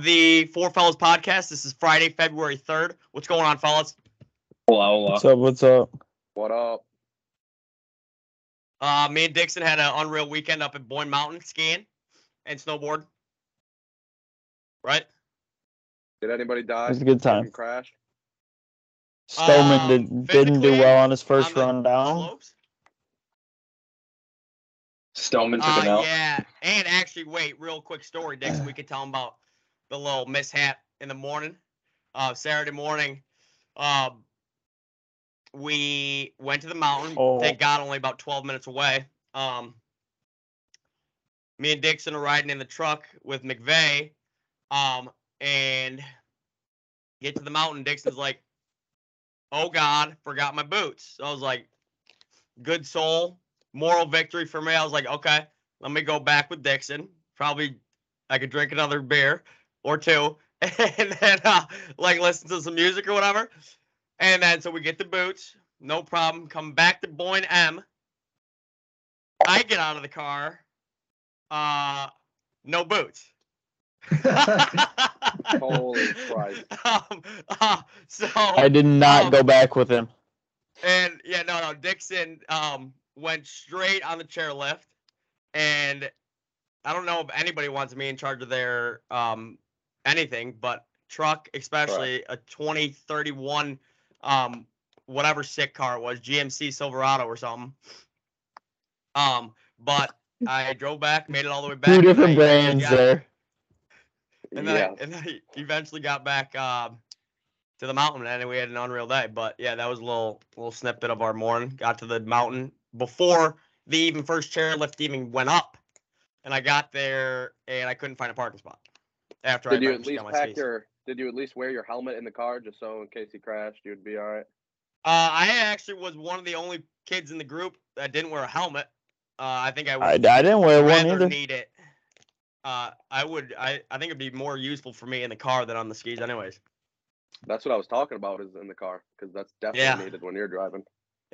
the Four Fellas podcast. This is Friday, February 3rd. What's going on, fellas? Hola, hola. What's up? What's up? What up? Uh, me and Dixon had an unreal weekend up at Boyne Mountain skiing and snowboard. Right? Did anybody die? It was a good time. Crash? Stoneman Um, did, didn't do physically, well on his first on the run down. slopes? Stoneman took an Uh, L. yeah. And actually, wait, real quick story, Dixon. We could tell them about the little mishap in the morning, uh, Saturday morning. Um, we went to the mountain. Oh. Thank God, only about 12 minutes away. Um, me and Dixon are riding in the truck with McVeigh. Um, and get to the mountain. Dixon's like, oh God, forgot my boots. So I was like, good soul, moral victory for me. I was like, okay, let me go back with Dixon. Probably I could drink another beer or two and then uh, like listen to some music or whatever. And then so we get the boots, no problem. Come back to Boyne M. I get out of the car, uh, no boots. Holy Christ. Um, uh, so I did not Um, go back with him. and yeah, no, no. Dixon um went straight on the chairlift, and I don't know if anybody wants me in charge of their um anything, but truck, especially a 2031 um whatever sick car it was, GMC Silverado or something. Um, but I drove back, made it all the way back. Two and I different eventually brands got- there. And then, yeah. I, and then I eventually got back um, to the mountain, and we had an unreal day. But yeah, that was a little little snippet of our morning. Got to the mountain before the even first chairlift even went up, and I got there and I couldn't find a parking spot. After Did I you at eventually least got my pack space. your? Did you at least wear your helmet in the car just so in case you crashed you'd be all right? uh, I actually was one of the only kids in the group that didn't wear a helmet. Uh, I think I I, I would didn't wear one rather either. need it. Uh, I would. I, I think it'd be more useful for me in the car than on the skis, anyways. That's what I was talking about is in the car because that's definitely Yeah. needed when you're driving.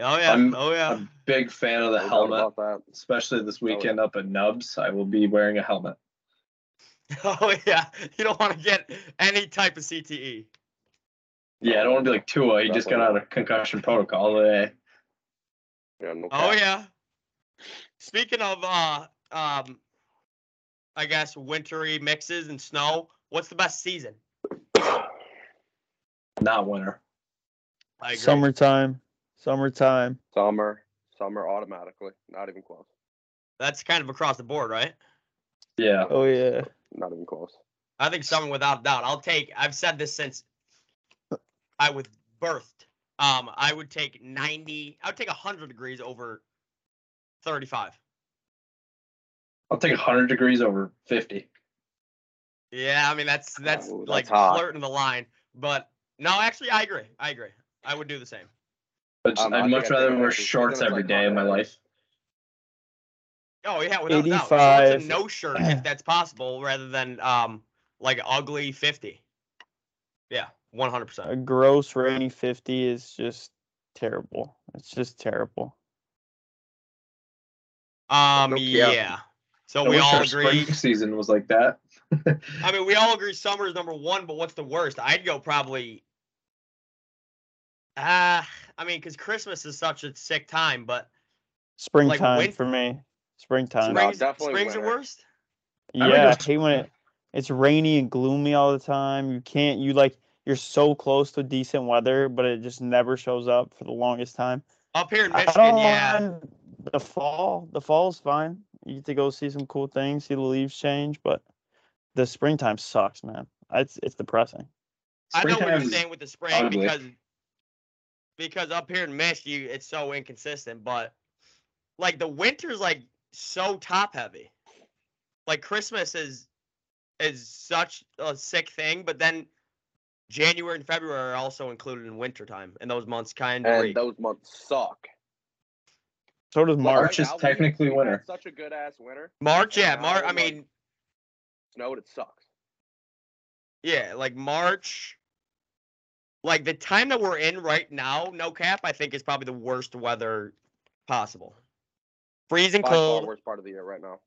Oh yeah. I'm- oh yeah. I'm a big fan No of the doubt helmet, about that. especially this Oh, yeah. weekend up at Nubs. I will be wearing a helmet. Oh yeah, you don't want to get any type of E. CTE. Yeah, I don't want to be like Tua. He just got out of concussion protocol today. Yeah, no Oh cap. yeah. Speaking of uh um, I guess wintry mixes and snow. What's the best season? Not winter. I agree. Summertime. Summertime. Summer, summer automatically. Not even close. That's kind of across the board, right? Yeah. Oh yeah. Not even close. I think summer without a doubt. I'll take. I've said this since I was birthed. Um, I would take ninety. I would take hundred degrees over thirty-five. I'll take 100 degrees over 50. Yeah, I mean that's that's Ooh, that's like hot. flirting the line, but no, actually, I agree. I agree. I would do the same. But Um, I I'd think I much take rather it wear as a shorts season, every like, day in my hot. life. Oh yeah, without a doubt. Shorts and 85. no shirt if that's possible, rather than um like ugly fifty. Yeah, one hundred A percent. gross rainy fifty is just terrible. It's just terrible. Um, Nope, yeah. yeah. So I we wish all our agree. spring season was like that. I mean, we all agree summer is number one, but what's the worst? I'd go probably. Ah, I mean, because Christmas is such a sick time, but Springtime win- for me. Springtime. Spring- springs, definitely springs are winter. worst. I would Yeah, go I hate when it, it's rainy and gloomy all the time. You can't you like you're so close to decent weather, but it just never shows up for the longest time. Up here in I Michigan, don't yeah. mind the fall. The fall's fine. You get to go see some cool things, see the leaves change, but the springtime sucks, man. It's it's depressing. I know what you're Springtime is- saying with the spring ugly. because because up here in Mich, you it's so inconsistent. But like the winter's like so top heavy. Like Christmas is is such a sick thing, but then January and February are also included in winter time, and those months kind of. And those months suck. So does Like, right March. is now, we technically had winter. Such a good ass winter. March, yeah, and March. now, I like- mean, Snowed. It sucks. yeah, like March. Like the time that we're in right now, no cap, I think is probably the worst weather possible. Freezing By cold. far worst part of the year right now.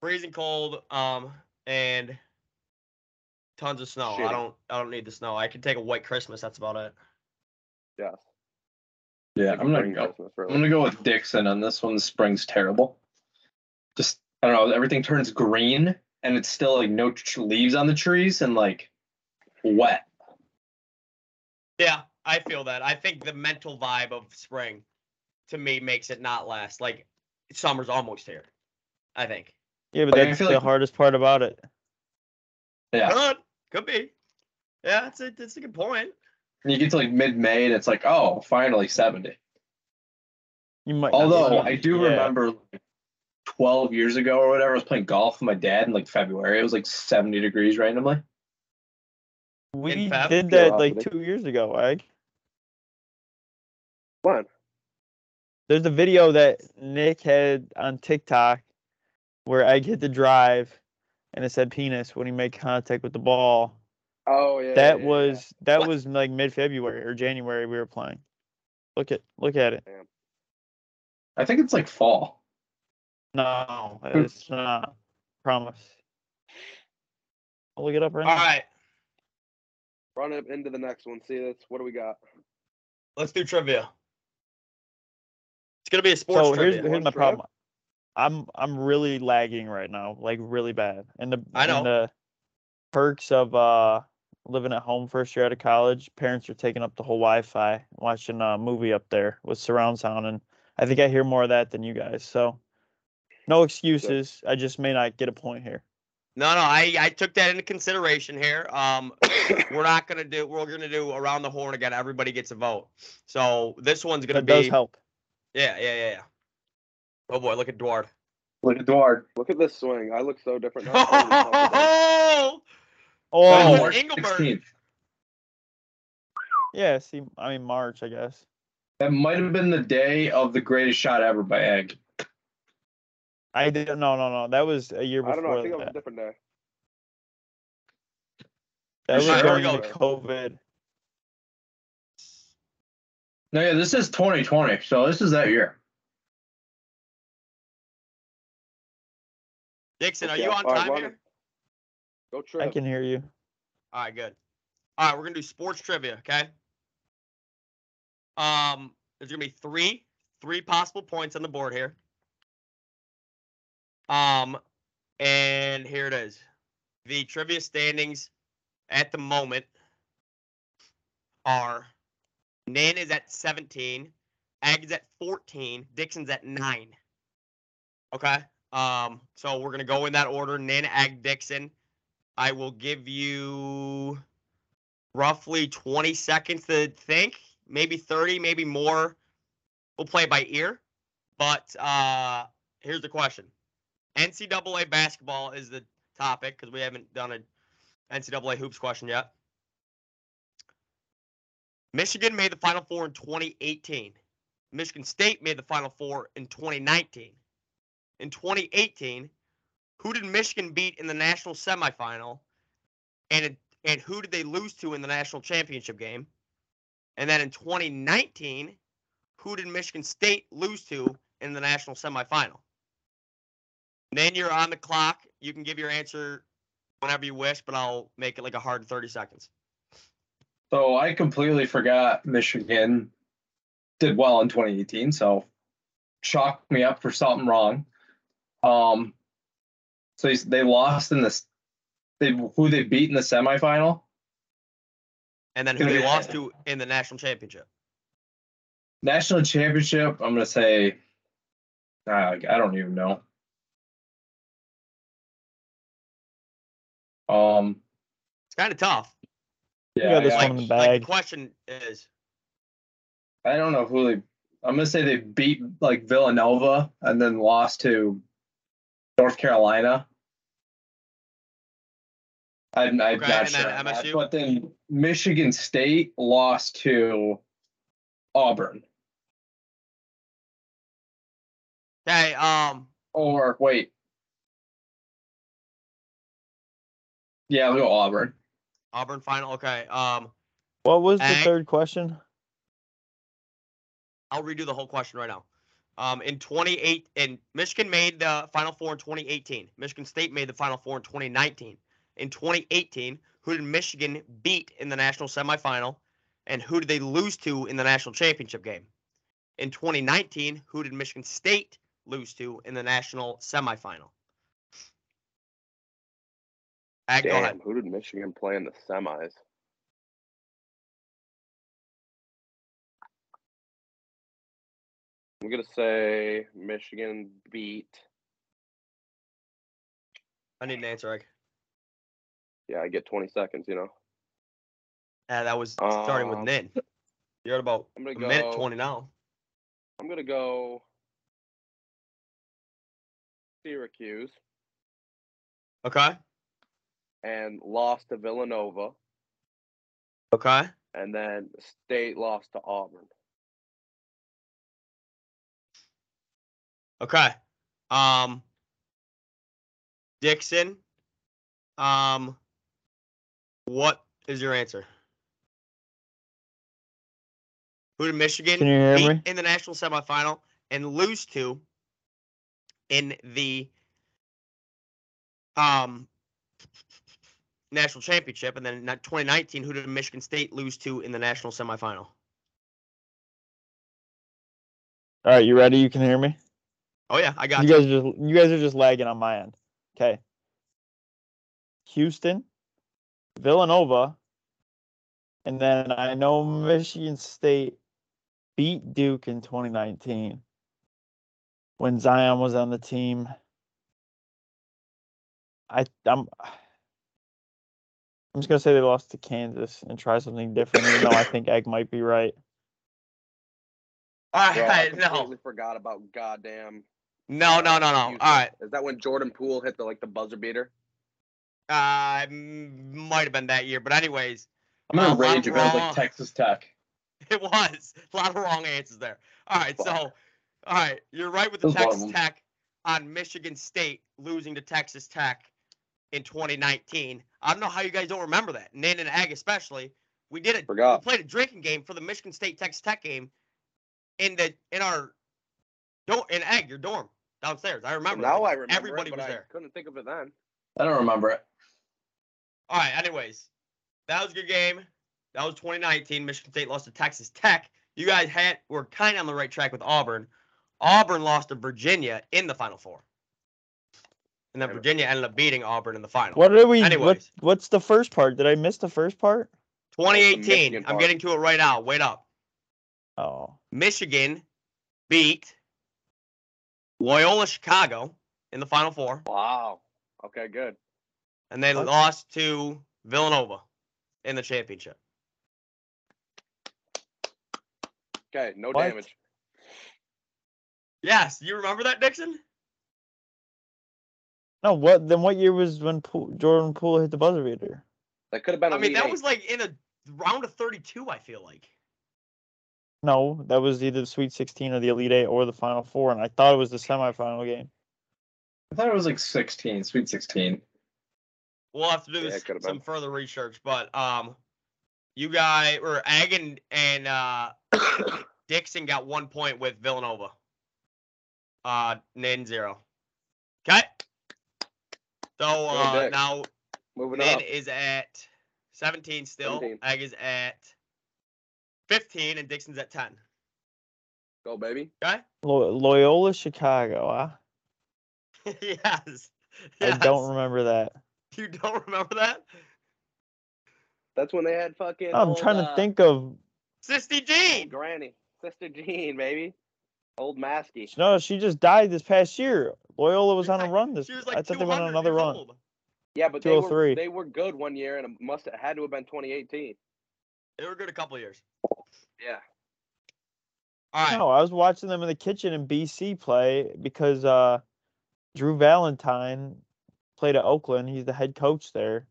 freezing cold. Um, and tons of snow. Shitty. I don't I don't need the snow. I can take a white Christmas. That's about it. Yeah. Yeah, I'm gonna go. I'm gonna go with Dixon on this one. The spring's terrible. Just I don't know. Everything turns green, and it's still like no tr- leaves on the trees, and like wet. Yeah, I feel that. I think the mental vibe of spring to me makes it not last. Like summer's almost here. I think. Yeah, but Like, I that's feel the like- hardest part about it. Yeah, Could could be. Yeah, that's a that's a good point. and you get to like mid-May, and it's like, oh, finally 70. You might. not Although even- I do yeah. remember like, 12 years ago or whatever, I was playing golf with my dad in like February. It was like 70 degrees randomly. we In Feb? did that like Curiosity. two years ago. Right? What? There's a video that Nick had on TikTok where I hit the drive, and it said penis when he made contact with the ball. Oh yeah. That yeah, was that What? was like mid February or January we were playing. Look at look at it. I think it's like fall. No, Hmm. it's not. Promise. I'll look it up right All now. right. yeah. Run it into the next one. See this. What do we got? Let's do trivia. It's gonna be a sports So here's trivia. here's my Sports trivia. problem. I'm I'm really lagging right now, like really bad. And the I know. and the perks of uh living at home first year out of college, parents are taking up the whole Wi-Fi, watching a movie up there with surround sound, and I think I hear more of that than you guys. So no excuses. I just may not get a point here. no, no, I, I took that into consideration here. Um, we're not gonna do we're gonna do around the horn again. Everybody gets a vote. So this one's gonna That be does help. yeah, yeah, yeah, yeah. Oh boy, look at Dward. Look, Eduard. Look at this swing. I look so different. now. Holy fuck. Oh, Oh March Engelbert. 16th. yeah, see I mean March, I guess. That might have been the day of the greatest shot ever by Egg. I didn't no no no. That was a year I before don't know. I think I was that. a different day. That was Alright, here we during the go. COVID. No, yeah, this is 2020, so this is that year. Dixon, are Okay, you on all right, time run it. here? Go I trip. can hear you. All right, good. All right, we're gonna do sports trivia, okay? Um, there's gonna be three, three possible points on the board here. Um, and here it is. The trivia standings at the moment are Nan is at 17, Ag is at 14, Dixon's at nine. Okay. Um, so we're gonna go in that order. Nan, Ag, Dixon. I will give you roughly 20 seconds to think, maybe 30, maybe more. We'll play it by ear. But uh, here's the question NCAA basketball is the topic because we haven't done a NCAA hoops question yet. Michigan made the Final Four in 2018. Michigan State made the Final Four in 2019. In 2018, who did Michigan beat in the national semifinal, and it- and who did they lose to in the national championship game? And then in 2019, who did Michigan State lose to in the national semifinal? Then you're on the clock. You can give your answer whenever you wish, but I'll make it like a hard 30 seconds. So I completely forgot Michigan did well in 2018. So chalked me up for something wrong. Um, so he's- they lost in this. They who they beat in the semifinal. And then who they lost to in the national championship? National championship, I'm gonna say. Uh, I don't even know. Um. It's kind of tough. got Yeah, I this got- one in the Like the bag. question is, I don't know who they. I'm gonna say they beat like Villanova and then lost to North Carolina. I'm, I'm Okay, not and then sure, on that, MSU? but then Michigan State lost to Auburn. hey, um, Or wait, yeah, we'll go Auburn. Auburn final. Okay, um, What was the Ag- third question? I'll redo the whole question right now. Um, in 28, and Michigan made the Final Four in 2018. Michigan State made the Final Four in 2019. in 2018? Who did Michigan beat in the national semifinal? And who did they lose to in the national championship game? In 2019, who did Michigan State lose to in the national semifinal? Ag, go ahead. Damn, who did Michigan play in the semis? I'm gonna say Michigan beat. I need an answer, Ag. Yeah, I get 20 seconds. You know, Uh, that was starting with Um, Nin. You're at about I'm a gonna minute go- 20 now. I'm gonna go Syracuse Okay. and lost to Villanova, Okay. and then State lost to Auburn. Okay. Um Dixon. Um what is your answer? Who did Michigan Can you hear beat me? in the national semifinal and lose to in the um national championship and then in 2019 who did Michigan State lose to in the national semifinal? All right, you ready? You can hear me. Oh yeah, I got you. You guys are just you guys are just lagging on my end. Okay. Houston, Villanova, and then I know Michigan State beat Duke in 2019 when Zion was on the team. I I'm I'm just gonna say they lost to Kansas and try something different. even though I think Egg might be right. All Bro, I right, no. completely forgot about goddamn. No, no, no, no. All Houston. right. Is that when Jordan Poole hit the like the buzzer beater? Uh, m- might have been that year, but anyways, I'm gonna Uh, rage if I was wrong. like Texas Tech. it was a lot of wrong answers there. All right, so all Fuck. right, you're right with the Those Texas bottom- Tech on Michigan State losing to Texas Tech in 2019. I don't know how you guys don't remember that. Nan and Ag especially. We did it. We Forgot. played a drinking game for the Michigan State Texas Tech game in the in our dorm in Ag your dorm downstairs. I remember. now that. I remember. Everybody it, but was I there. Couldn't think of it then. I don't remember it. All right. Anyways, that was a good game. That was 2019. Michigan State lost to Texas Tech. You guys had were kind of on the right track with Auburn. Auburn lost to Virginia in the Final Four, and then Virginia ended up beating Auburn in the final. What are we? What, Anyways. what's the first part? Did I miss the first part? Michigan 2018. I'm part. getting to it right now. Wait up. Oh, Michigan beat Loyola Chicago in the Final Four, Wow. Okay, good. and they What? lost to Villanova in the championship. Okay, no What? damage. Yes, you remember that, Dixon? No, what then? What year was when Poole, Jordan Poole hit the buzzer beater? That could have been. I mean, Elite that Eight. was like in a round of 32, I feel like. No, that was either the Sweet 16 or the Elite Eight or the Final Four, and I thought it was the semifinal game. I thought it was like 16, Sweet 16. We'll have to do Yeah, this, it could've some been. further research, but um, you guys or Ag and, and uh, Dixon got one point with Villanova. Uh, Nin zero. Okay. So Go, uh, Dix. now Moving Nin up. is at 17 still. 17. Ag is at 15, and Dixon's at 10. Go, baby. Okay. Lo- Loyola Chicago. Huh? yes. I don't remember that. You don't remember that? That's when they had fucking. I'm old, trying uh, to think of. Sisty old Jean. Granny, Sister Jean, baby. Old Maskey. No, she just died this past year. Loyola was on a run this. She was like I thought they went 200 on another years run. old. Yeah, but they were 203. they were good one year, and it must have had to have been 2018. They were good a couple of years. Yeah. All right. No, I was watching them in the kitchen in BC play because uh, Drew Valentine played at Oakland. He's the head coach there,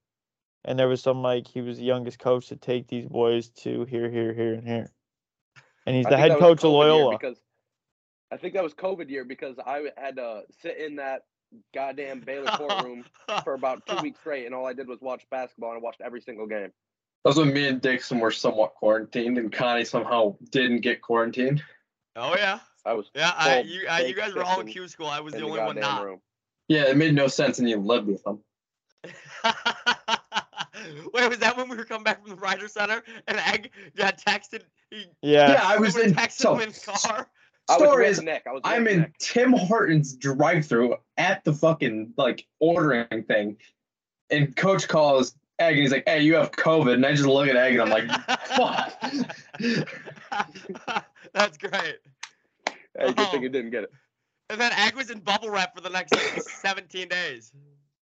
and there was some like he was the youngest coach to take these boys to here, here, here, and here. And he's I the think head that was coach of COVID year Loyola. Because I think that was COVID year because I had to sit in that goddamn Baylor courtroom for about two weeks straight, and all I did was watch basketball, and I watched every single game. That's when me and Dixon were somewhat quarantined, and Connie somehow didn't get quarantined. Oh yeah, I was yeah. I, Full you, I, you fake guys were all in system Q school. I was in the the only one goddamn not. room. Yeah, it made no sense, and you lived with them. Wait, was that when we were coming back from the Ryder Center and Egg got texted? He, Yeah. Yeah, I was someone in. texted So, him in his car. I was story with is, Nick. I was with I'm in Nick. Tim Hortons drive-through at the fucking like ordering thing, and Coach calls Egg and he's like, "Hey, you have COVID," and I just look at Egg and I'm like, "Fuck." That's great. Hey, good thing Oh. you didn't get it. And then Egg was in bubble wrap for the next like, 17 days.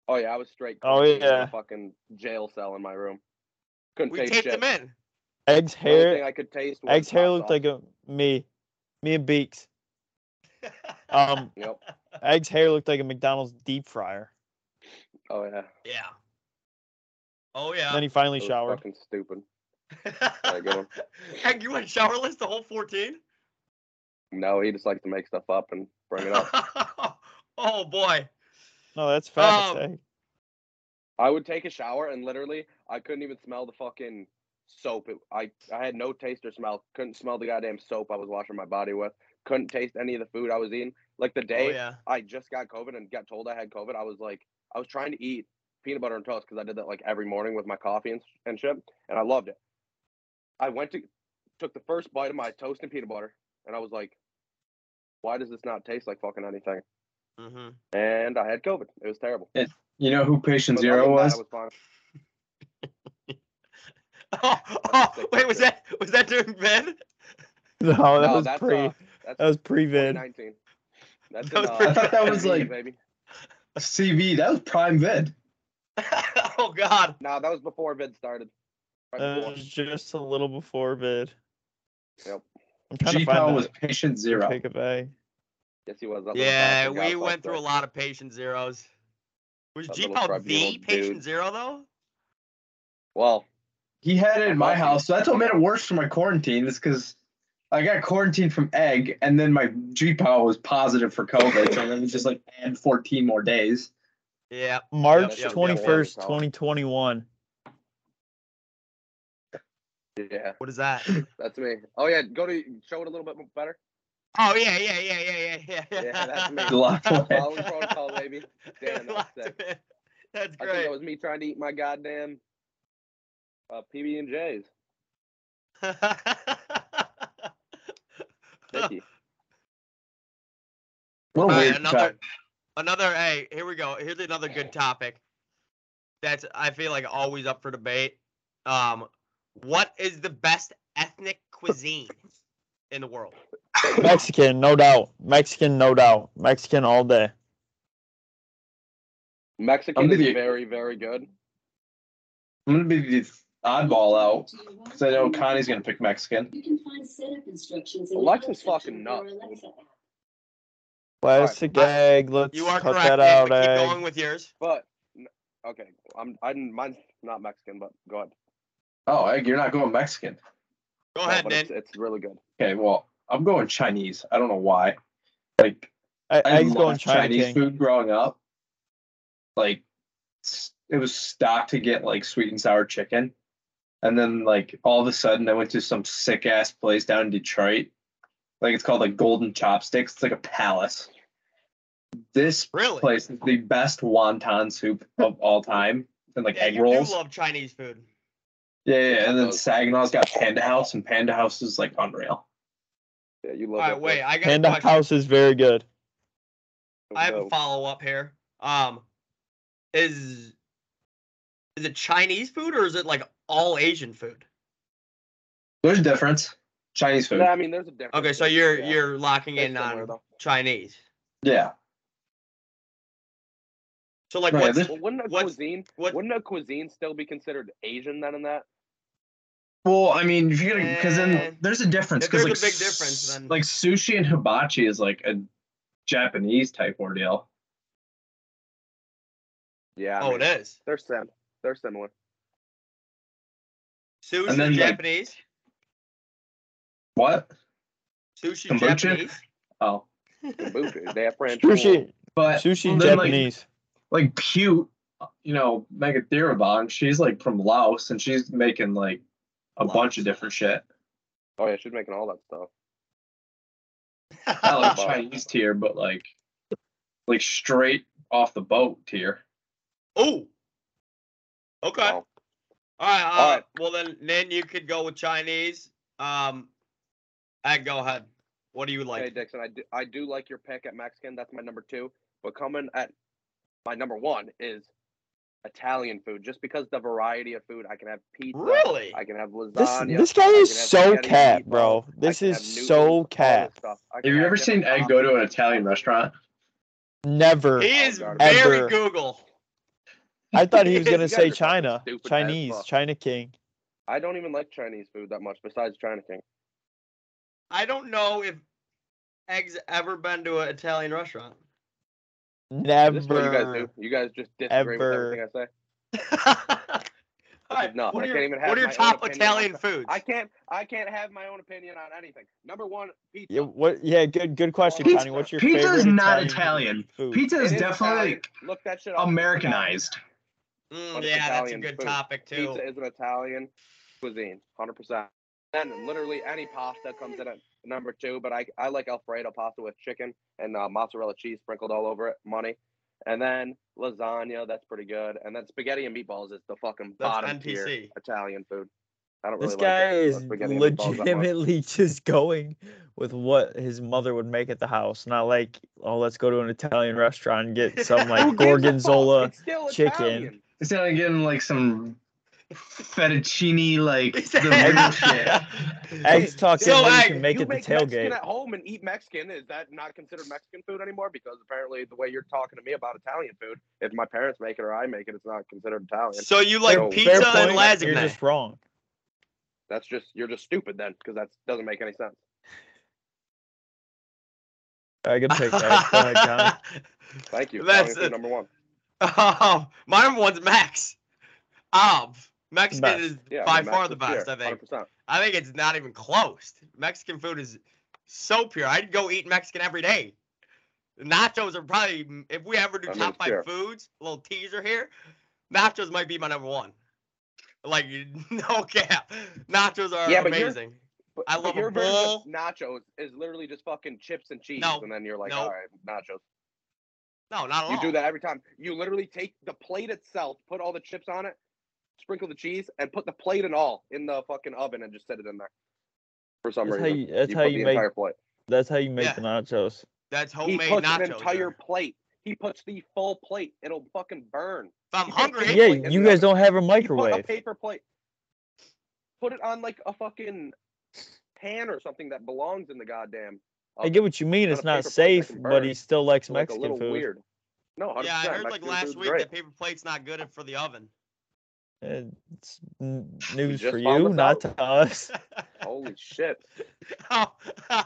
Oh yeah, I was straight. Oh, quarantined in a yeah. fucking jail cell in my room. Couldn't We taste taped shit. him in. Egg's The only thing hair. I could taste. Was Egg's hair hot looked sauce. like a me, me and Beaks. Um, Yep. Egg's hair looked like a McDonald's deep fryer. Oh yeah. Yeah. Oh And then yeah. he finally It was showered. Fucking stupid. I get 'em. Egg, you went showerless the whole 14? No, he just likes to make stuff up and bring it up. oh boy. No, Oh. that's facts. Um, Egg. I would take a shower and literally I couldn't even smell the fucking soap. It, I I had no taste or smell. Couldn't smell the goddamn soap I was washing my body with. Couldn't taste any of the food I was eating. Like the day Oh yeah. I just got COVID and got told I had COVID, I was like, I was trying to eat peanut butter and toast because I did that like every morning with my coffee and, and shit, and I loved it. I went to, took the first bite of my toast and peanut butter, and I was like, why does this not taste like fucking anything? Mm-hmm. And I had COVID. It was terrible. you know who patient But other zero than that, was? I was fine. Oh, oh, wait, was that was that during Ben? No, Oh, that No, was that's, pre. uh, that's that was pre vid. 2019. That's That was in, uh, pretty I thought that was, February, like- baby. CV. That was prime vid. oh God. No, that was before vid started. Right Uh, That before. was just a little before vid. Yep. I'm trying G to find was was patient zero. pick of egg. Yes, he was. That little Yeah, bastard got we fucked went through a up. lot of patient zeros. Was That G little Pow crabby the old patient dude. zero though? Well, He had it in my house. So that's what made it worse for my quarantine is because I got quarantined from egg and then my G Pow was positive for COVID. So then we just like add 14 more days. Yeah. March yep, yep. 21st, 2021. yeah. What is that? That's me. Oh yeah, go to show it a little bit better. Oh yeah, yeah, yeah, yeah, yeah, yeah. Yeah, that's me. Locked away. Following protocol, baby. Damn, that was Locked sick. away. That's I think great. that was me trying to eat my goddamn uh, PB and J's. Sticky. What a All right, weird another- fact. another hey here we go here's another good topic that's i feel like always up for debate um what is the best ethnic cuisine in the world Mexican, no doubt. Mexican, no doubt. Mexican all day. I'm Mexican with is you. very, very good. I'm going to be the oddball out because I know Connie's going to pick Mexican. You can find setup instructions in the Alexa's help fucking section of nuts, your dude. Alexa app. Plastic egg. Let's you are cut correct that Nick, out. eh? but keep Egg. going with yours But n- okay, I'm I didn't mine's not Mexican, but go ahead. Oh, egg, you're not going Mexican. go No, ahead but Nin. it's, it's really good. Okay, well, I'm going Chinese. I don't know why. Like, E- I Egg's loved going China Chinese King. food growing up. Like s- it was stock to get like sweet and sour chicken. And then like all of a sudden I went to some sick ass place down in Detroit. Like it's called like Golden Chopsticks. It's like a palace. This really place is the best wonton soup of all time. And like yeah, egg you rolls. do love chinese food yeah, yeah, yeah. And then Saginaw's got Panda House and Panda House is like unreal. Yeah, you all love right it. wait i got Panda a question. House is very good. i have a follow up here um is is it chinese food or is it like all asian food There's a difference. Chinese food. Nah, I mean, there's a difference. okay so you're Yeah. you're locking They're in similar, on though. chinese Yeah. so like No, yeah, what's this- Well, wouldn't a what's- cuisine what wouldn't a cuisine still be considered Asian then in that? Well, I mean, if you're gonna, because Eh, then there's a difference. if 'cause, there's like, a big difference, s- then- like sushi and hibachi is like a Japanese type ordeal. Yeah. I oh mean, it is They're sim. They're similar. Oh, Sushi And then, like, Japanese. What? Sushi kombucha? Japanese. Oh, Kombucha. they have French. Sushi, but sushi then, Japanese. Like, like Pute, you know, Megathirabon, she's like from Laos, and she's making like a Laos. bunch of different shit. Oh yeah, she's making all that stuff. Not like Laos. Chinese tier, but like, like straight off the boat tier. oh, Okay. So, All right. Uh, All right. Well, then, then you could go with Chinese. Um, I go ahead. What do you like? hey Dixon, I do, I do like your pick at Mexican. That's my number two. But coming at my number one is Italian food, just because the variety of food. I can have pizza. really? I can have This lasagna. this guy I is can have so spaghetti cat, meatballs, bro. I This can have is noodles, so all this cat. stuff. I can Have you have ever seen different Egg go toppings. to an Italian restaurant? Never. he is Oh, God. very Ever. Google. I thought he was gonna You guys say are fucking China, stupid as Chinese, fuck. China King. I don't even like Chinese food that much, besides China King. I don't know if Egg's ever been to an Italian restaurant. Never. This is what you guys do. You guys just disagree Ever. with everything I say. All right. nuts. What I are your, can't even have what are your my own top opinion Italian on- foods? I can't. I can't have my own opinion on anything. Number one, pizza. Yeah, what? Yeah, good, good question, Pizza- Tony. What's your pizza favorite is not Italian. food? Pizza It is is definitely Italian. Look that shit up. Americanized. Mm, But it's yeah, that's a Italian good food. topic too. Pizza is an Italian cuisine, hundred percent. Then literally any pasta comes in at number two, but I I like Alfredo pasta with chicken and uh, mozzarella cheese sprinkled all over it. Money. And then lasagna, that's pretty good. And then spaghetti and meatballs is the fucking That's bottom tier NPC. Italian food. I don't This really guy like it, is so spaghetti and meatballs that much. legitimately just going with what his mother would make at the house, not like, oh, let's go to an Italian restaurant and get some Who gives a like fuck? gorgonzola. It's still chicken. Italian. It's not getting like some fettuccine like He the said- real shit. Eggs talks So, in what Egg, you can make you at the make tailgate. Mexican at home and eat Mexican. Is that not considered Mexican food anymore? Because apparently, the way you're talking to me about Italian food, if my parents make it or I make it, it's not considered Italian. so you like Fair- pizza and You're lasagna? just wrong. That's just you're just stupid then, because that doesn't make any sense. I can pick that. Go ahead, Connor. Thank you. That's Italian food it. number one. Um, my number one's Max. Um, Mexican Best. is Yeah, by I mean, far Max the is best. pure, I think. 100%. I think it's not even close. Mexican food is so pure. I'd go eat Mexican every day. Nachos are probably if we ever do I mean, top it's five pure. foods. A little teaser here. Nachos might be my number one. Like you- no cap, nachos are Yeah, but you're- amazing. But, I but love a your version of bowl. nachos is literally just fucking chips and cheese, No. and then you're like, No. all right, nachos. No, not at You all. do that every time. You literally take the plate itself, put all the chips on it, sprinkle the cheese, and put the plate and all in the fucking oven and just set it in there. For some That's how reason, you. That's how put you the make. entire plate. That's how you make Yeah. the nachos. That's He homemade puts Oh, nachos. an entire there. If plate. He puts the full plate. It'll fucking burn. I'm he puts hungry, Great Yeah, point. you guys don't have He a put a microwave. paper plate. Put it on like a fucking pan or something that belongs in the goddamn. I get what you mean. on It's a not paper plate that safe, can but burn. he still likes It's like a Mexican little food. weird. No, 100%. yeah, I heard like Mexican last food's week great. that paper plate's not good for the oven. Eh, It's n- news just for found you, this not out. to us. Holy shit. Oh,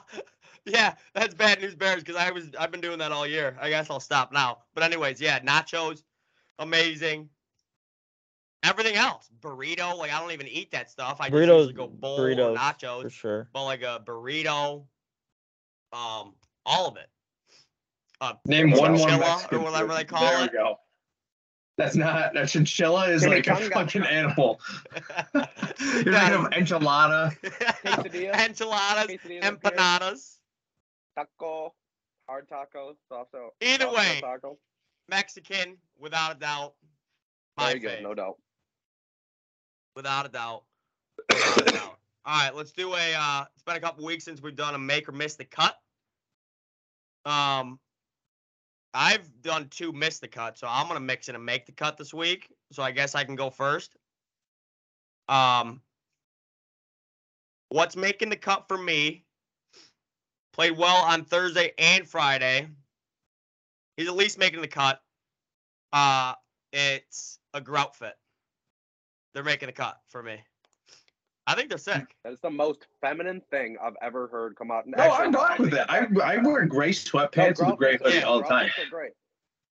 yeah, that's bad news bears because I was I've been doing that all year. I guess I'll stop now. But anyways, yeah, nachos, amazing. Everything else, burrito. Like I don't even eat that stuff. I just usually burritos, go bowl or burritos, nachos, for sure. but like a burrito, um, all of it. Uh, Name one more Chinchilla, Mexican or whatever food. they call there it. we go. That's not a chinchilla is Timmy like a Chung got- fucking animal. You're thinking of enchilada. Quesadilla. enchiladas, quesadilla up here. empanadas. taco, hard taco, soft taco. Either soft way, taco. Mexican, without a doubt. My There you go, fave. no doubt. without a doubt. Without a doubt. All right, let's do a. Uh, it's been a couple weeks since we've done a make or miss the cut. Um, I've done two miss the cut, so I'm gonna mix in a make the cut this week. So I guess I can go first. Um, what's making the cut for me? Played well on Thursday and Friday. He's at least making the cut. Uh, it's a grout fit. They're making the cut for me. I think they're sick. That is the most feminine thing I've ever heard come out. No, I'm not with that. I, I wear gray sweatpants with a gray hoodie yeah, all the time. Great.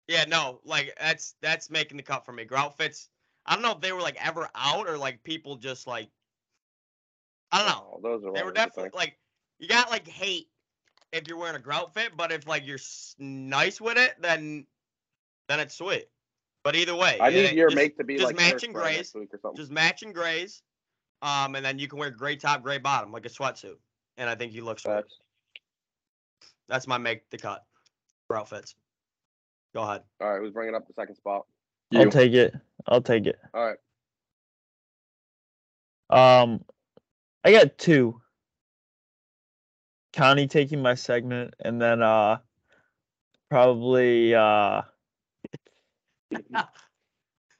Yeah, no, like that's that's making the cut for me. Grout fits. I don't know if they were like ever out or like people just like. I don't know. Oh, those are They were all really good definitely like you got like hate if you're wearing a grout fit, but if like you're s- nice with it, then then it's sweet. But either way, things. I yeah, need your just- make to be just like shirts matching for next grays. week or something. just matching grays, um, and then you can wear gray top, gray bottom like a sweatsuit, and I think you look sweet. Facts. That's my make the cut for outfits. Go ahead. All right, who's bringing up the second spot? I'll You. take it. I'll take it. All right, Um, I got two. Connie taking my segment, and then uh, probably uh, oh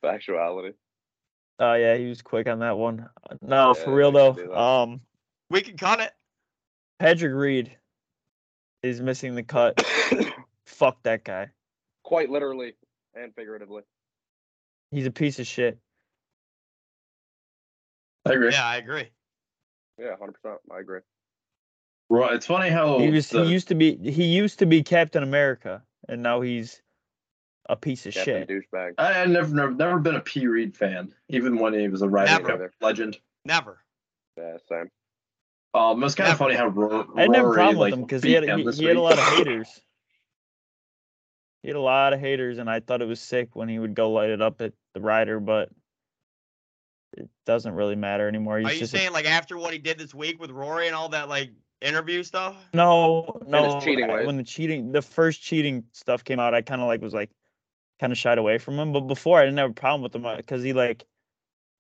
Factuality. oh, yeah, he was quick on that one. No, for Yeah, real we can do though. that. Um, We can cut it. Patrick Reed is missing the cut. Fuck that guy. Quite literally and figuratively. He's a piece of shit. I agree. Yeah, I agree. Yeah, 100%. I agree. Right. It's funny how he was. Oh, the- he used to be. He used to be Captain America, and now he's a piece of Captain shit. douchebag. I, I've never, never never been a P. Reed fan, even when he was a Ryder Never. Cup legend. Never. Yeah, same. Um, it was kind Never. of funny how Ro- I didn't have a Rory, problem with like, him because he beat had him he, this he had a week. lot of haters. He had a lot of haters, and I thought it was sick when he would go light it up at the rider, but it doesn't really matter anymore. He's Are you just a- saying like after what he did this week with Rory and all that like interview stuff? no, no. cheating I- ways. when the cheating, the first cheating stuff came out, I kind of like was like, kind of shied away from him. But before, I didn't have a problem with him because he like,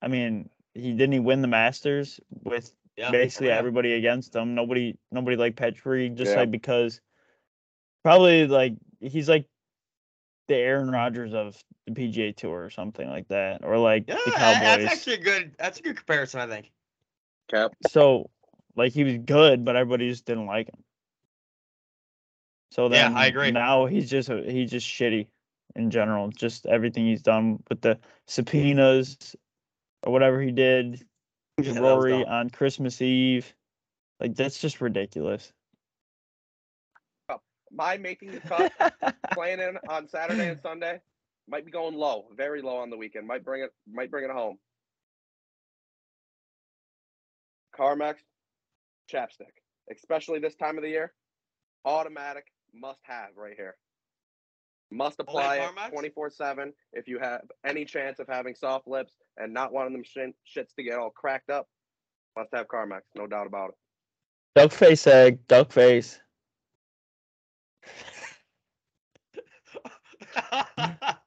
I mean, he didn't he win the Masters with Yeah. basically Oh, yeah. everybody against him. Nobody, nobody like Patrick Reed, just Yeah. like because probably like he's like the Aaron Rodgers of the PGA Tour or something like that, or like Yeah, the that- that's Cowboys. actually a good. That's a good comparison, I think. Cap. So like he was good, but everybody just didn't like him. So Yeah, then I agree. now he's just a- he's just shitty in general. Just everything he's done with the subpoenas or whatever he did, Yeah, that was Rory dumb. on Christmas Eve. Like that's just ridiculous. My making the cut, uh, playing in on Saturday and Sunday, might be going low, very low on the weekend. Might bring it might bring it home. Carmex, chapstick. Especially this time of the year. Automatic must have right here. Must apply Carmex? it 24 7 if you have any chance of having soft lips and not wanting them shin- shits to get all cracked up. Must have Carmex, no doubt about it. duck face egg, duck face.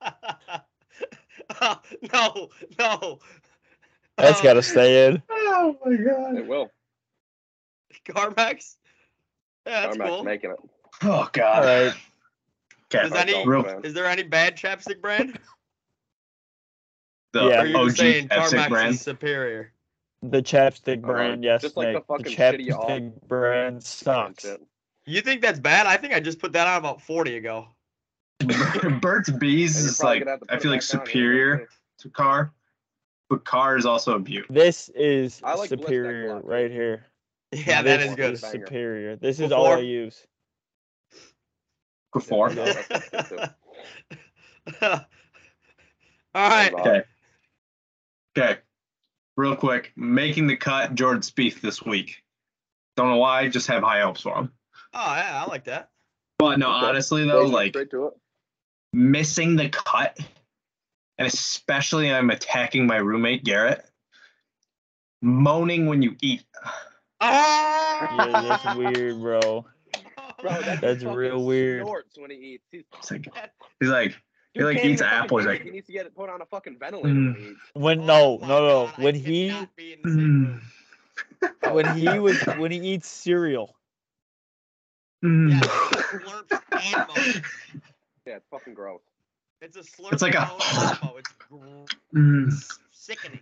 no, no. Uh, That's got to stay in. Oh my god. It will. Carmex. Yeah, that's Carmex cool. making it. Oh All god. right. Okay. Does any- real, man. Is there any bad chapstick brand? the Yeah. Or are you just saying OG Carmex Pepsi is brand. superior? The chapstick Alright, brand, yes, just like the Nick. The, fucking shitty off- chapstick brand sucks. Shit. You think that's bad? I think I just put that out about 40 ago. Burt's Bees And you're is probably like gonna have to I put feel it like back down here, superior but- to Car, but Car is also a beaut. This is I like Bliss Deck a superior lot, too. right here. Yeah, that This is good. Banger. superior. This is all I Before- use. Before. Yeah, that's good too. All right. That's Okay. Okay. Real quick, making the cut, Jordan Spieth this week. Don't know why, just have high hopes for him. Oh yeah, I like that. But no, Okay. honestly Goes though, like straight to it. missing the cut, and especially I'm attacking my roommate Garrett. Moaning when you eat. Yeah, that's weird, bro. Bro, that That's fucking real weird. Snorts when he eats. He's, It's like he's like He, like, can't even eats fucking apples, breathe. like- he needs to get it put on a fucking ventilator. Mm. When he eats. When Oh no, my no, no. God, I When he cannot be in the same "Mm, room. when he was when he eats cereal, mm." Yeah, it's a slurp and moan. Yeah, it's fucking gross. It's a slurp. It's like a- and moan combo. It's Mm. gr- sickening.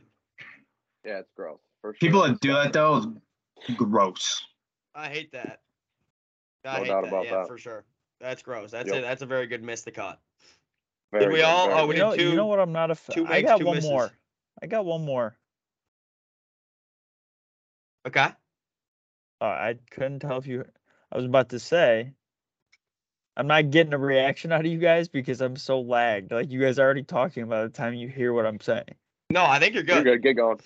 Yeah, it's gross. For sure. People that do that though, is gross. I hate that. I No hate doubt that. about yeah, that. for sure. That's gross. That's Yep. it. That's a very good miss the cut. Very Did we good, all- very oh, we you good. know, did you two- know what I'm not a fan. two I makes, got two one misses. more. I got one more. Okay. Uh, I couldn't tell if you. I was about to say. I'm not getting a reaction out of you guys because I'm so lagged. Like you guys are already talking by the time you hear what I'm saying. No, I think you're You're good. good. Get going.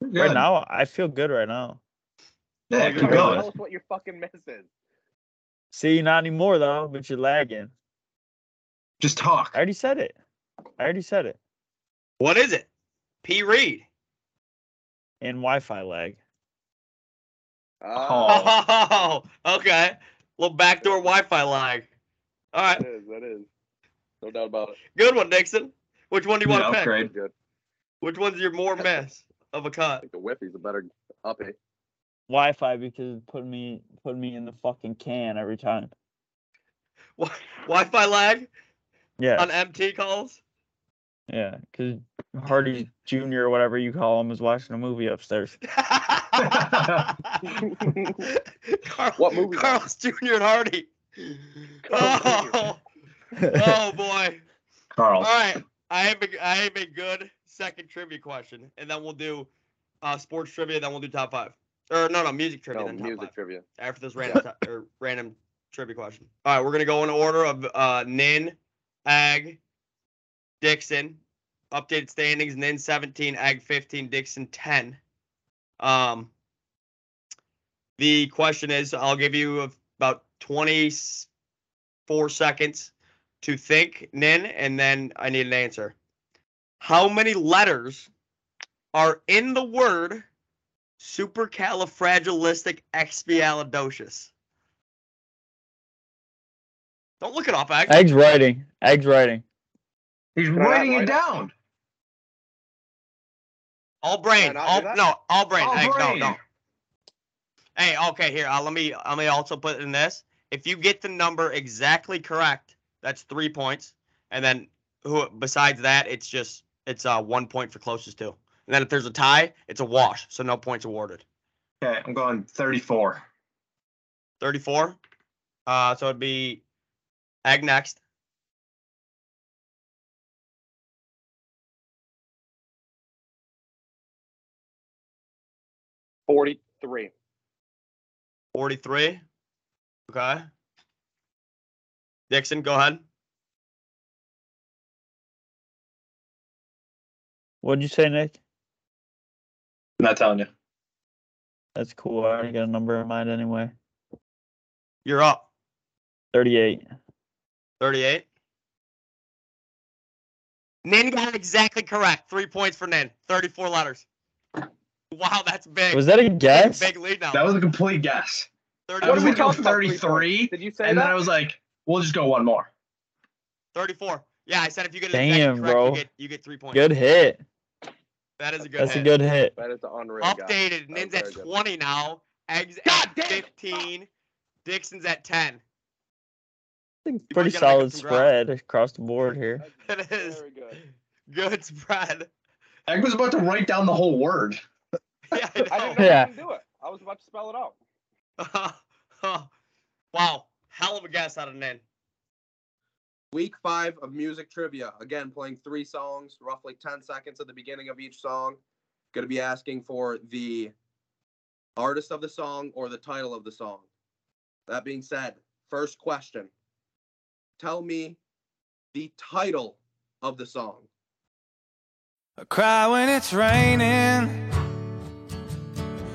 Right now, I feel good right now. yeah, You're keep good. going. Tell us what your fucking miss is. See, not anymore though. But you're lagging. Just talk. I already said it. I already said it. What is it? P. Reed. And Wi-Fi lag. Ah, Oh, okay. Little backdoor Wi-Fi lag. All right, that is. That is. No doubt about it. good one, Nixon. Which one do you want Yeah, to pick? upgrade. Good. Which one's your more miss? of a cut. think the whiffy's a better uppy. Wi-Fi because it put me put me in the fucking can every time. Wi- Wi-Fi lag Yeah, on MT calls. yeah, because Hardy Junior or whatever you call him is watching a movie upstairs. Carl, What movie? Carl's Jr. and Hardy. Carl Jr. Oh, oh boy. All Carl. right. I have a, I have a good second trivia question, and then we'll do uh, sports trivia. Then we'll do top five. Or no, no, music Oh, trivia. No, then top music five. trivia. after this random ti- or random trivia question. All right, we're gonna go in order of uh, Nin, Ag, Dixon. Updated standings: Nin 17, Ag 15, Dixon 10. Um, the question is: I'll give you a- about 24 seconds to think, Nin, and then I need an answer. How many letters are in the word? supercalifragilisticexpialidocious. Don't look it up, Ag. Eggs writing, eggs writing. He's I not writing write it it? down. All brain. Can I not All, do that? no, all brain. All Eggs, brain. No, no. Hey, okay, here. Uh, let me. Let me also put in this. If you get the number exactly correct, that's three points. And then who? Besides that, it's just it's uh one point for closest to. And then if there's a tie, it's a wash, so no points awarded. Okay, I'm going 34. 34. Uh, so it'd be Ag next. Forty-three. 43. Okay. Dixon, go ahead. What'd you say, Nick? I'm not telling you. That's cool. I already got a number in mind anyway. You're up. Thirty-eight. 38. Nin got it exactly correct. Three points for Nin. 34 letters. Wow, that's big. Was that a guess? Big lead now. That was a complete guess. I What are was we we Thirty-four. talking about? three 33, Did you say and then that? I was like, we'll just go one more. 34. Yeah, I said if you get it Damn, exactly correct, bro. You, get, you get three points. Good hit. That is a good That's hit. a good hit. that is an unreal guy. Updated. That Nin's was at very good. 20 now. Eggs God at damn it. 15. Dixon's at 10. Pretty gotta make up solid some ground. spread across the board here. That's It is. Very good. Good spread. I was about to write down the whole word. Yeah, I I didn't know Yeah. you can do it. I was about to spell it out. know. wow, hell of a guess out of Nin. Week five of music trivia. Again, playing three songs, roughly 10 seconds at the beginning of each song. Going to be asking for the artist of the song or the title of the song. That being said, first question Tell me the title of the song. I cry when it's raining.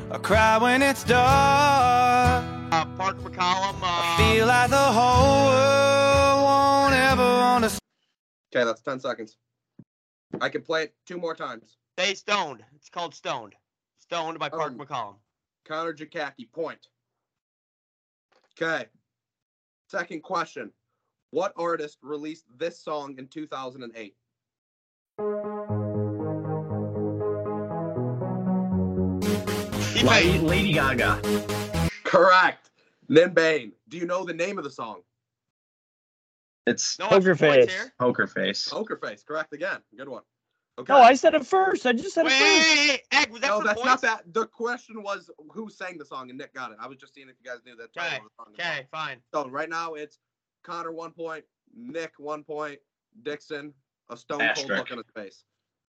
I cry when it's dark. Uh, Parker McCollum. I Uh, feel like the whole world won't ever understand. Okay, that's 10 seconds. I can play it two more times. Stay stoned. It's called Stoned. Stoned by Parker Um, McCollum. Connor Jakacki, point. Okay. Second question. What artist released this song in 2008? He Lady, made- Lady Gaga. Correct. Nim Bain. Do you know the name of the song? It's no Poker extra points face. here. Poker Face. Poker Face. Correct again. Good one. Okay. No, I said it first. I just said it first. Wait, Egg, was that No, for that's points? not that. The question was who sang the song, and Nick got it. I was just seeing if you guys knew the title of the song. Okay, fine. So right now it's Connor one point, Nick one point, Dixon a stone cold Asterisk. look on his face.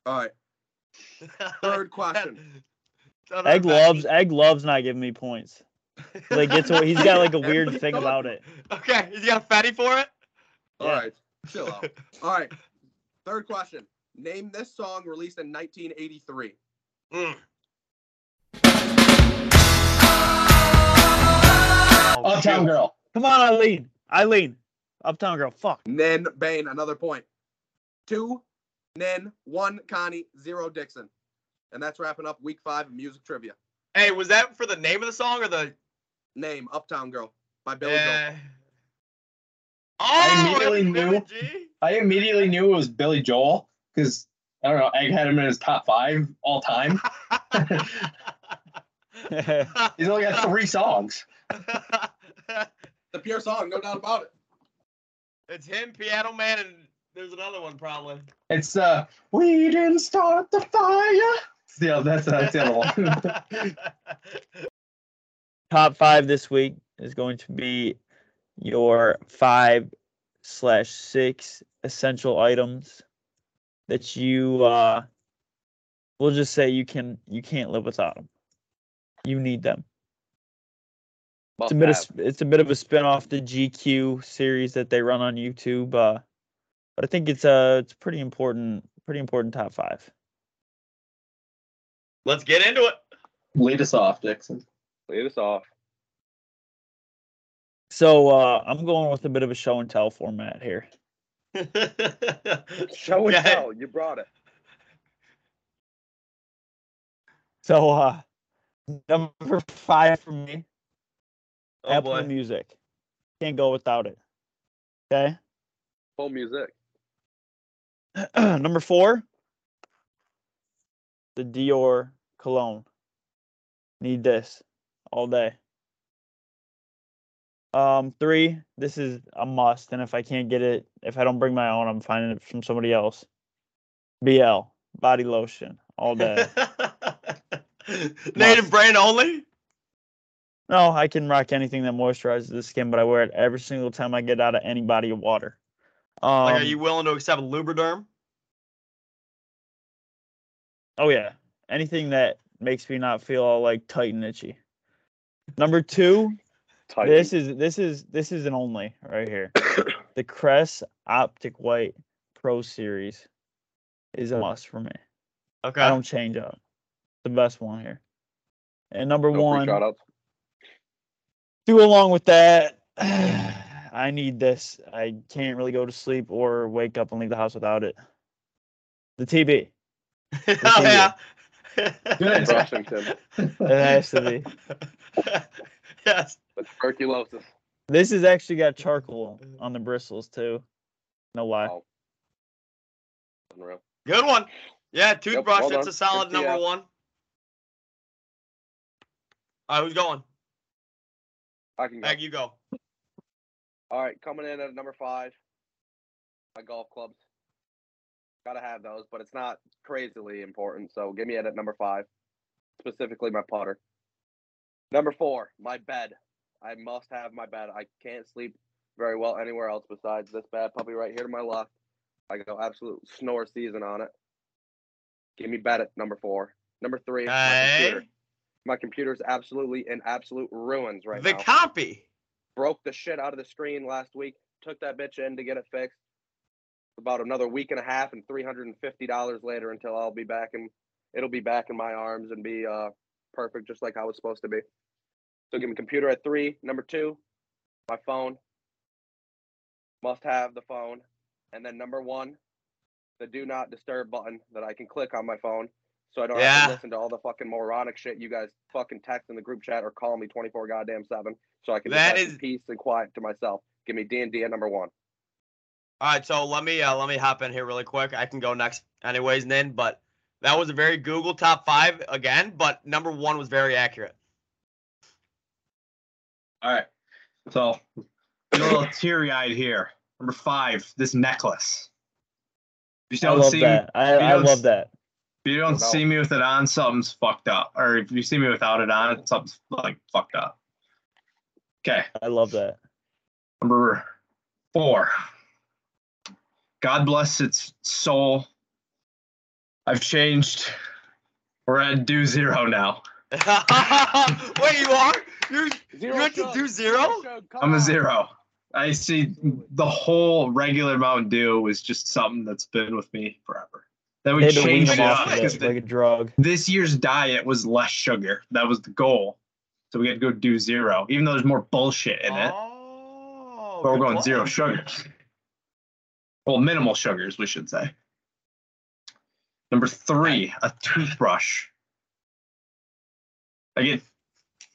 All right. Third question. Son of a Egg bitch. loves egg loves not giving me points. Like it's what he's got like a weird thing about it. Okay, he's got a fatty for it? All Yeah. right. Chill out. All right. Third question. Name this song released in 1983. Mm. Oh, Uptown shoot. Girl. Come on, Eileen. Eileen. Uptown girl. Fuck. Nin Bain, another point. Two, Nin, one, Connie, zero, Dixon. And that's wrapping up week five of music trivia. Hey, was that for the name of the song or the Name Uptown Girl by Billy Joel. Yeah. Oh, immediately it was Billie knew- Jean? I immediately knew it was Billy Joel because I don't know. Egg had him in his top five all time. He's only got three songs. The pure song, no doubt about it. it's him, Piano Man, and there's another one probably. It's uh, we didn't start the fire. It's the- that's that's the other one. Top five this week is going to be your five slash six essential items that you uh we'll just say you can you can't live without them. You need them. Must it's a bit of have. sp- it's a bit of a spin off the GQ series that they run on YouTube. Uh, but I think it's a it's pretty important pretty important top five. Let's get into it. Lead us off, Dixon. Lead us off. So uh, I'm going with a bit of a show and tell format here. Show and Yeah. tell. You brought it. So uh, number five for me, oh Apple boy. Music. Can't go without it. Okay. Full music. number four, the Dior cologne. Need this all day. Um, three, this is a must, and if I can't get it, if I don't bring my own, I'm finding it from somebody else. BL body lotion all day. Native brand only. no, I can rock anything that moisturizes the skin, but I wear it every single time I get out of any body of water. Um, Like, are you willing to accept Lubriderm? Oh yeah. Anything that makes me not feel all like tight and itchy. Number two, Tight. this is this is this is an only right here. the Crest Optic White Pro Series is a must for me. Okay. I don't change up. The best one here. And number no free one, shout outs. do along with that. I need this. I can't really go to sleep or wake up and leave the house without it. The TB. oh yeah. Good. Washington. It has to be. yes. The tuberculosis. This has actually got charcoal on the bristles too. No lie. Wow. Unreal. Good one. Yeah, toothbrush. well that's done. a solid Good uh, number PF. one. All right, who's going? I can go. Egg, you go. All right, coming in at number five, my golf clubs. Gotta have those, but it's not crazily important. So give me it at number five, specifically my putter. Number four, my bed. I must have my bed. I can't sleep very well anywhere else besides this bad puppy right here to my left. I go absolute snore season on it. Give me bed at number four. Number three, my Hey, computer. My computer's absolutely in absolute ruins right the now copy. broke the shit out of the screen last week. Took that bitch in to get it fixed. About another week and a half and three hundred and fifty dollars later until I'll be back in it'll be back in my arms and be uh perfect just like I was supposed to be. So give me computer at three. Number two, my phone. Must have the phone. And then number one, the do not disturb button that I can click on my phone. So I don't have Yeah. to listen to all the fucking moronic shit you guys fucking text in the group chat or call me twenty four goddamn seven so I can just That have some is- peace and quiet to myself. Give me D and D at number one. All right, so let me uh, let me hop in here really quick. I can go next, anyways, Nin. But that was a very Google top five again. But number one was very accurate. All right. So, a little teary eyed here. Number five, this necklace. If you I don't love see that. I, you I don't love s- that. if you don't Without- see me with it on, something's fucked up. Or if you see me without it on, something's like fucked up. Okay. I love that. Number four. God bless its soul. I've changed. We're at do zero now. Wait, you are? You're, you Zero have to do zero? I'm a zero. I see the whole regular Mountain Dew was just something that's been with me forever. Then we They had to wean changed it them off up of up, because it like a drug. this year's diet was less sugar. That was the goal. So we had to go do zero, even though there's more bullshit in it. Oh, But we're good going play. zero sugars. Well, minimal sugars, we should say. Number three, a toothbrush. I get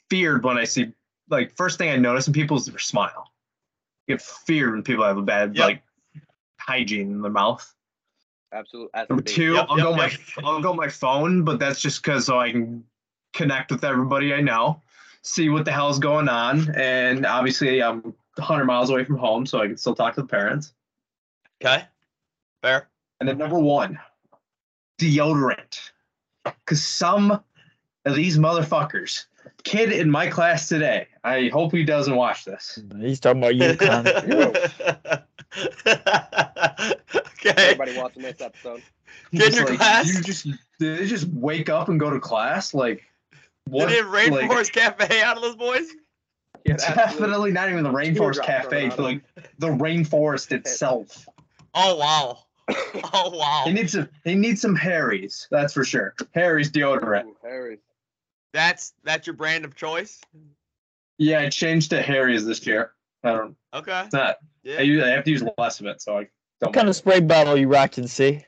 feared when I see, like, first thing I notice in people is their smile. I get feared when people have a bad, Yep. like, hygiene in their mouth. Absolutely. SB. Number two, Yep, I'll yep, go yep. my I'll go my phone, but that's just because so I can connect with everybody I know, see what the hell's going on, and obviously I'm 100 miles away from home, so I can still talk to the parents. Okay. Fair. And then number one, deodorant, because some of these motherfuckers. Kid in my class today. I hope he doesn't watch this. He's talking about you, Con. okay. Everybody watching this episode. Kid in Just your like, class? You just did they just wake up and go to class like Did what? it like- Rainforest Cafe out of those boys? Yeah, absolutely. Definitely not even the Rainforest Teardrop Cafe, coming out but like the rainforest itself. Oh wow. Oh wow. They need some. They need some Harry's. That's for sure. Harry's deodorant. Ooh, Harry. That's that's your brand of choice. Yeah, I changed to Harry's this year. I don't. Okay. It's not. I, Yeah. use, I have to use less of it, so I don't. What kind of spray bottle you rocking, see?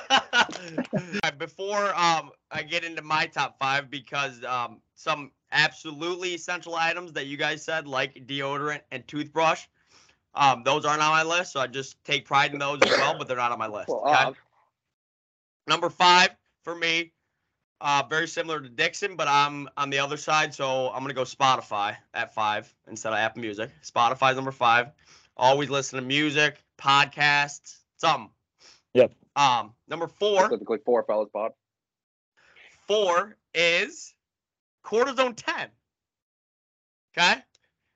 Alright, Before um I get into my top five because um some absolutely essential items that you guys said like deodorant and toothbrush, um those aren't on my list, so I just take pride in those as well, but they're not on my list. Well, uh, okay? Av, Number five for me, uh, very similar to Dixon, but I'm on the other side, so I'm gonna go Spotify at five instead of Apple Music. Spotify's number five. Always listen to music, podcasts, something. Yep. Um, number four, specifically four fellas, Bob. four is cortisone ten. Okay.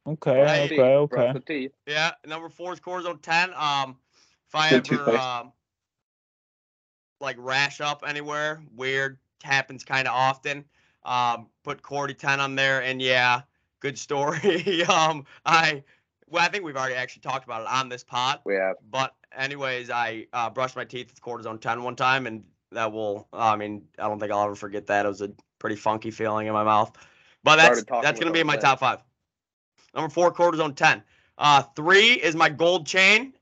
Okay, Right. okay, okay. Brush the teeth. Yeah, number four is cortisone ten. Um, if I Good ever toothpaste. um, like rash up anywhere, weird happens kind of often. Um, put corti ten on there, and yeah, good story. um, I well, I think we've already actually talked about it on this pod. We have. But anyways, I uh, brushed my teeth with cortisone ten one time, and that will. I mean, I don't think I'll ever forget that. It was a pretty funky feeling in my mouth. But that's Started talking that's gonna with be in my those top five. Number four, cortisone ten. Uh, three is my gold chain,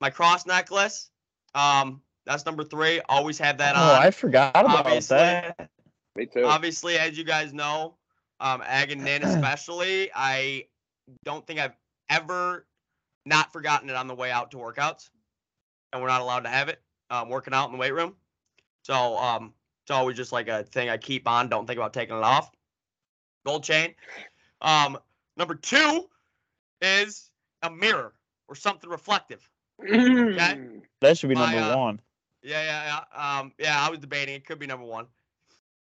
my cross necklace. Um, that's number three. Always have that oh, on. I forgot about obviously. that. Me too. Obviously, as you guys know, um, Ag and Nin especially, I don't think I've ever not forgotten it on the way out to workouts, and we're not allowed to have it um, working out in the weight room. So um, it's always just like a thing I keep on. Don't think about taking it off. Gold chain. Um, number two is a mirror or something reflective. Mm. That should be My, number uh, one. Yeah, yeah, yeah. Um, yeah, I was debating. It could be number one.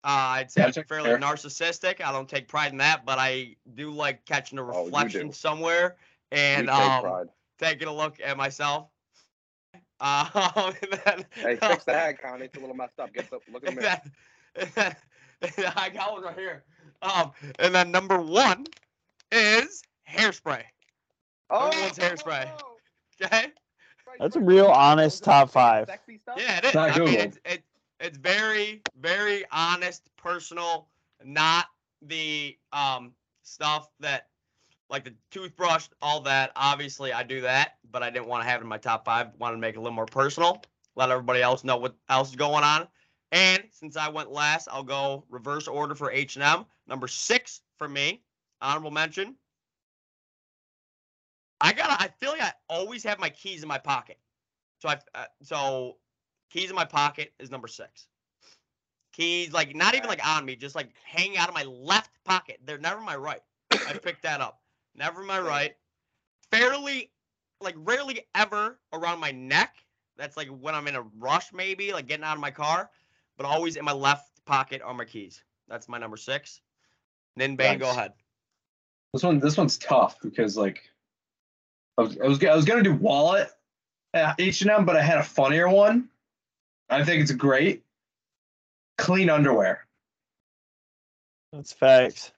Uh, I'd say Gotcha. I'm fairly Fair. narcissistic. I don't take pride in that, but I do like catching a Oh, you reflection do. somewhere and We take um, pride. taking a look at myself. Uh, and then, Hey, fix the hat, Connie. It's a little messed up. Get the, look in the And mirror. then- and then- I got one right here. Um, and then number one is hairspray. Everyone's Oh, hairspray. Okay. That's a real honest top five. Sexy stuff? Yeah, it is. Not I mean, Google. it's, it, it's very, very honest, personal, not the um stuff that, like the toothbrush, all that. Obviously, I do that, but I didn't want to have it in my top five. Wanted to make it a little more personal, let everybody else know what else is going on. And since I went last, I'll go reverse order for H and M. Number six for me, honorable mention. I gotta. I feel like I always have my keys in my pocket. So I. Uh, so keys in my pocket is number six. Keys like not even like on me, just like hanging out of my left pocket. They're never my right. I picked that up. Never my right. Fairly, like rarely ever around my neck. That's like when I'm in a rush, maybe like getting out of my car, but always in my left pocket are my keys. That's my number six. Then Bane, go Nice. ahead. This one, this one's tough because like, I was, I was, I was gonna do wallet at H and M, but I had a funnier one. I think it's great. Clean underwear, That's facts.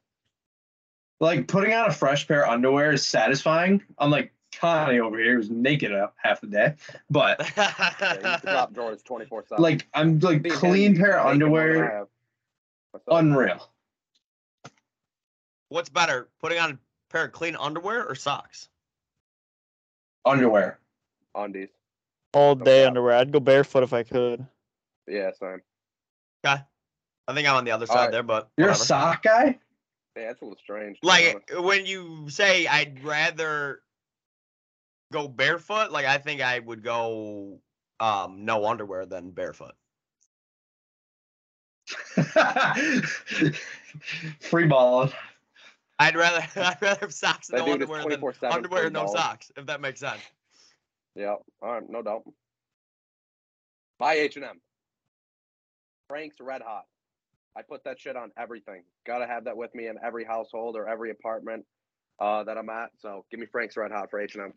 like putting on a fresh pair of underwear is satisfying. Unlike Connie over here, who's naked up half the day, but yeah, you drop drawers 24 7. like I'm like clean pair of underwear, unreal. What's better, putting on a pair of clean underwear or socks? underwear. Undies. All No day doubt. underwear. I'd go barefoot if I could. Yeah, same. I think I'm on the other side Alright. there, but You're a whatever. sock guy? Yeah, that's a little strange. to be like honest. when you say I'd rather go barefoot, like I think I would go um, no underwear than barefoot. Free balling. I'd rather I'd rather have socks and That no dude is underwear than 24 7. underwear and no socks, if that makes sense. Yeah. All right. No doubt. Buy H&M. Frank's Red Hot. I put that shit on everything. Got to have that with me in every household or every apartment uh, that I'm at. So give me Frank's Red Hot for H&M.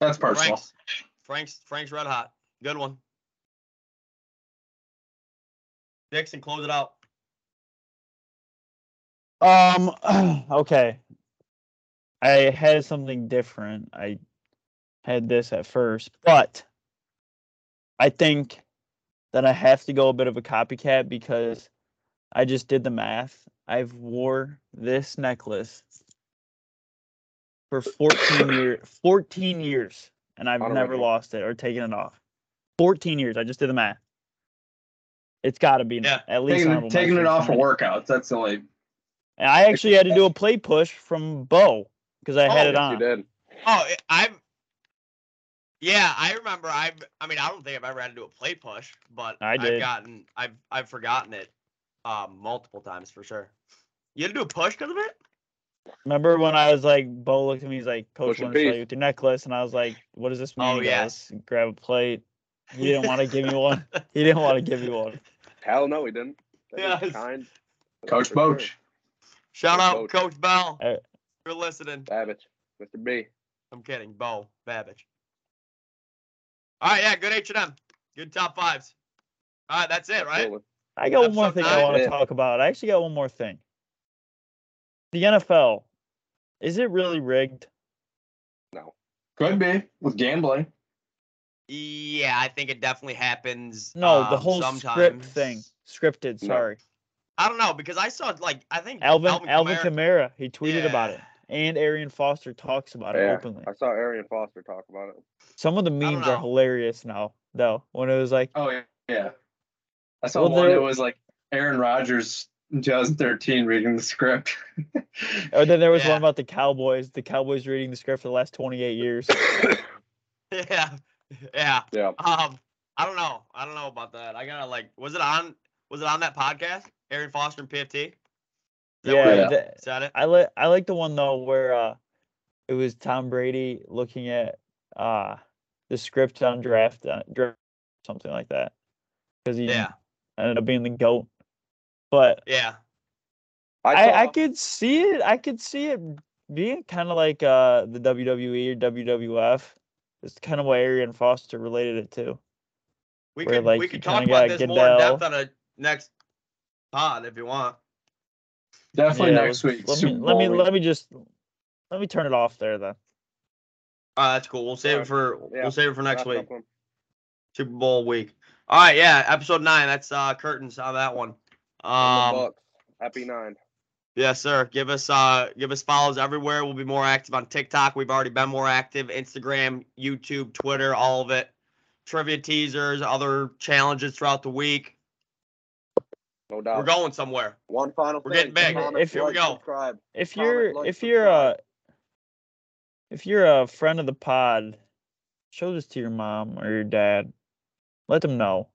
That's personal. Frank's, Frank's Frank's red hot. Good one. Dixon, close it out. Um. Okay. I had something different. I had this at first, but I think that I have to go a bit of a copycat because I just did the math. I've wore this necklace for 14 years. 14 years, and I've Auto never renew. lost it or taken it off. 14 years. I just did the math. It's got to be Yeah, at least Taking, honorable it- taking it mention. off for Somebody- workouts. That's the only. and I actually had to do a play push from Bo because I had Oh, it yes, You on. did. Oh, it- I've. Yeah, I remember. I've. I mean, I don't think I've ever had to do a play push, but I have did. gotten. I've. I've forgotten it, um, multiple times for sure. You had to do a push because of it. Remember when I was like, Bo looked at me, he's like, Coach, Push and want to show peace. you with your necklace, and I was like, What does this mean? Oh, He yes. goes, Grab a plate. He didn't want to give me one. He didn't want to give me one. Hell no, he didn't. That dude's Yes. kind. Coach For sure. Boach. Shout Coach out, Boach. Coach Bell. Uh, if you're listening. Babbage. Mr. B. I'm kidding. Bo Babbage. All right, yeah, good H and M. Good top fives. All right, that's it, right? Absolutely. I got one more Episode thing I nine. want to Yeah. talk about. I actually got one more thing. The NFL, is it really rigged? Could be with gambling. Yeah, I think it definitely happens. No, the um, whole script sometimes. thing. Scripted, No. sorry. I don't know because I saw like I think Alvin Alvin, Kamara, he tweeted Yeah. about it. And Arian Foster talks about Yeah. it openly. I saw Arian Foster talk about it. Some of the memes are know. hilarious now, though. When it was like, Oh yeah. I saw Well, one there- that was like Aaron Rodgers in 2013 reading the script. or then there was Yeah. one about the Cowboys. The Cowboys reading the script for the last 28 years. Yeah, yeah. Yeah. Um, I don't know. I don't know about that. I gotta like, was it on? Was it on that podcast? Aaron Foster and PFT. Is that where yeah, he th- said it. I like I like the one though where uh, it was Tom Brady looking at uh the script on draft uh, draft something like that because he Yeah, ended up being the goat. But yeah. I, I, saw, I could see it. I could see it being kind of like uh the WWE or WWF. It's kind of what Arian Foster related it to. We Where, could like, we you could talk kinda about got this more in Goodell. depth on a next pod if you want. Definitely Yeah, next let's- week. Let me Super let me Bowl week. let me just let me turn it off there then. All right, that's cool. We'll save it for Alright. Yeah. we'll save it for next wrapped week. up on- Super Bowl week. All right, yeah. Episode nine. That's uh curtains on that one. on the Um. Bucks. Happy nine. Yes, sir. Give us uh give us follows everywhere. We'll be more active on TikTok. We've already been more active. Instagram, YouTube, Twitter, all of it. Trivia teasers, other challenges throughout the week. No doubt. We're going somewhere. One final We're thing. getting big. Comment, If- here we like, go. Subscribe. If Comment, you're like, if you're subscribe. a if you're a friend of the pod, show this to your mom or your dad. Let them know.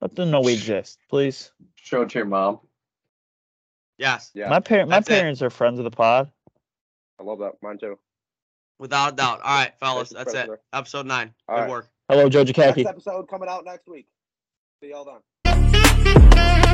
Let them know we exist, please. Show it to your mom. Yes, Yeah, My parent my that's it. parents are friends of the pod. I love that. Mine too. without a doubt. All right, fellas, Thank you, that's it. President. Episode nine. All Good right. work. Hello, Joe Jacaki. Next episode coming out next week. See y'all then. Thank you.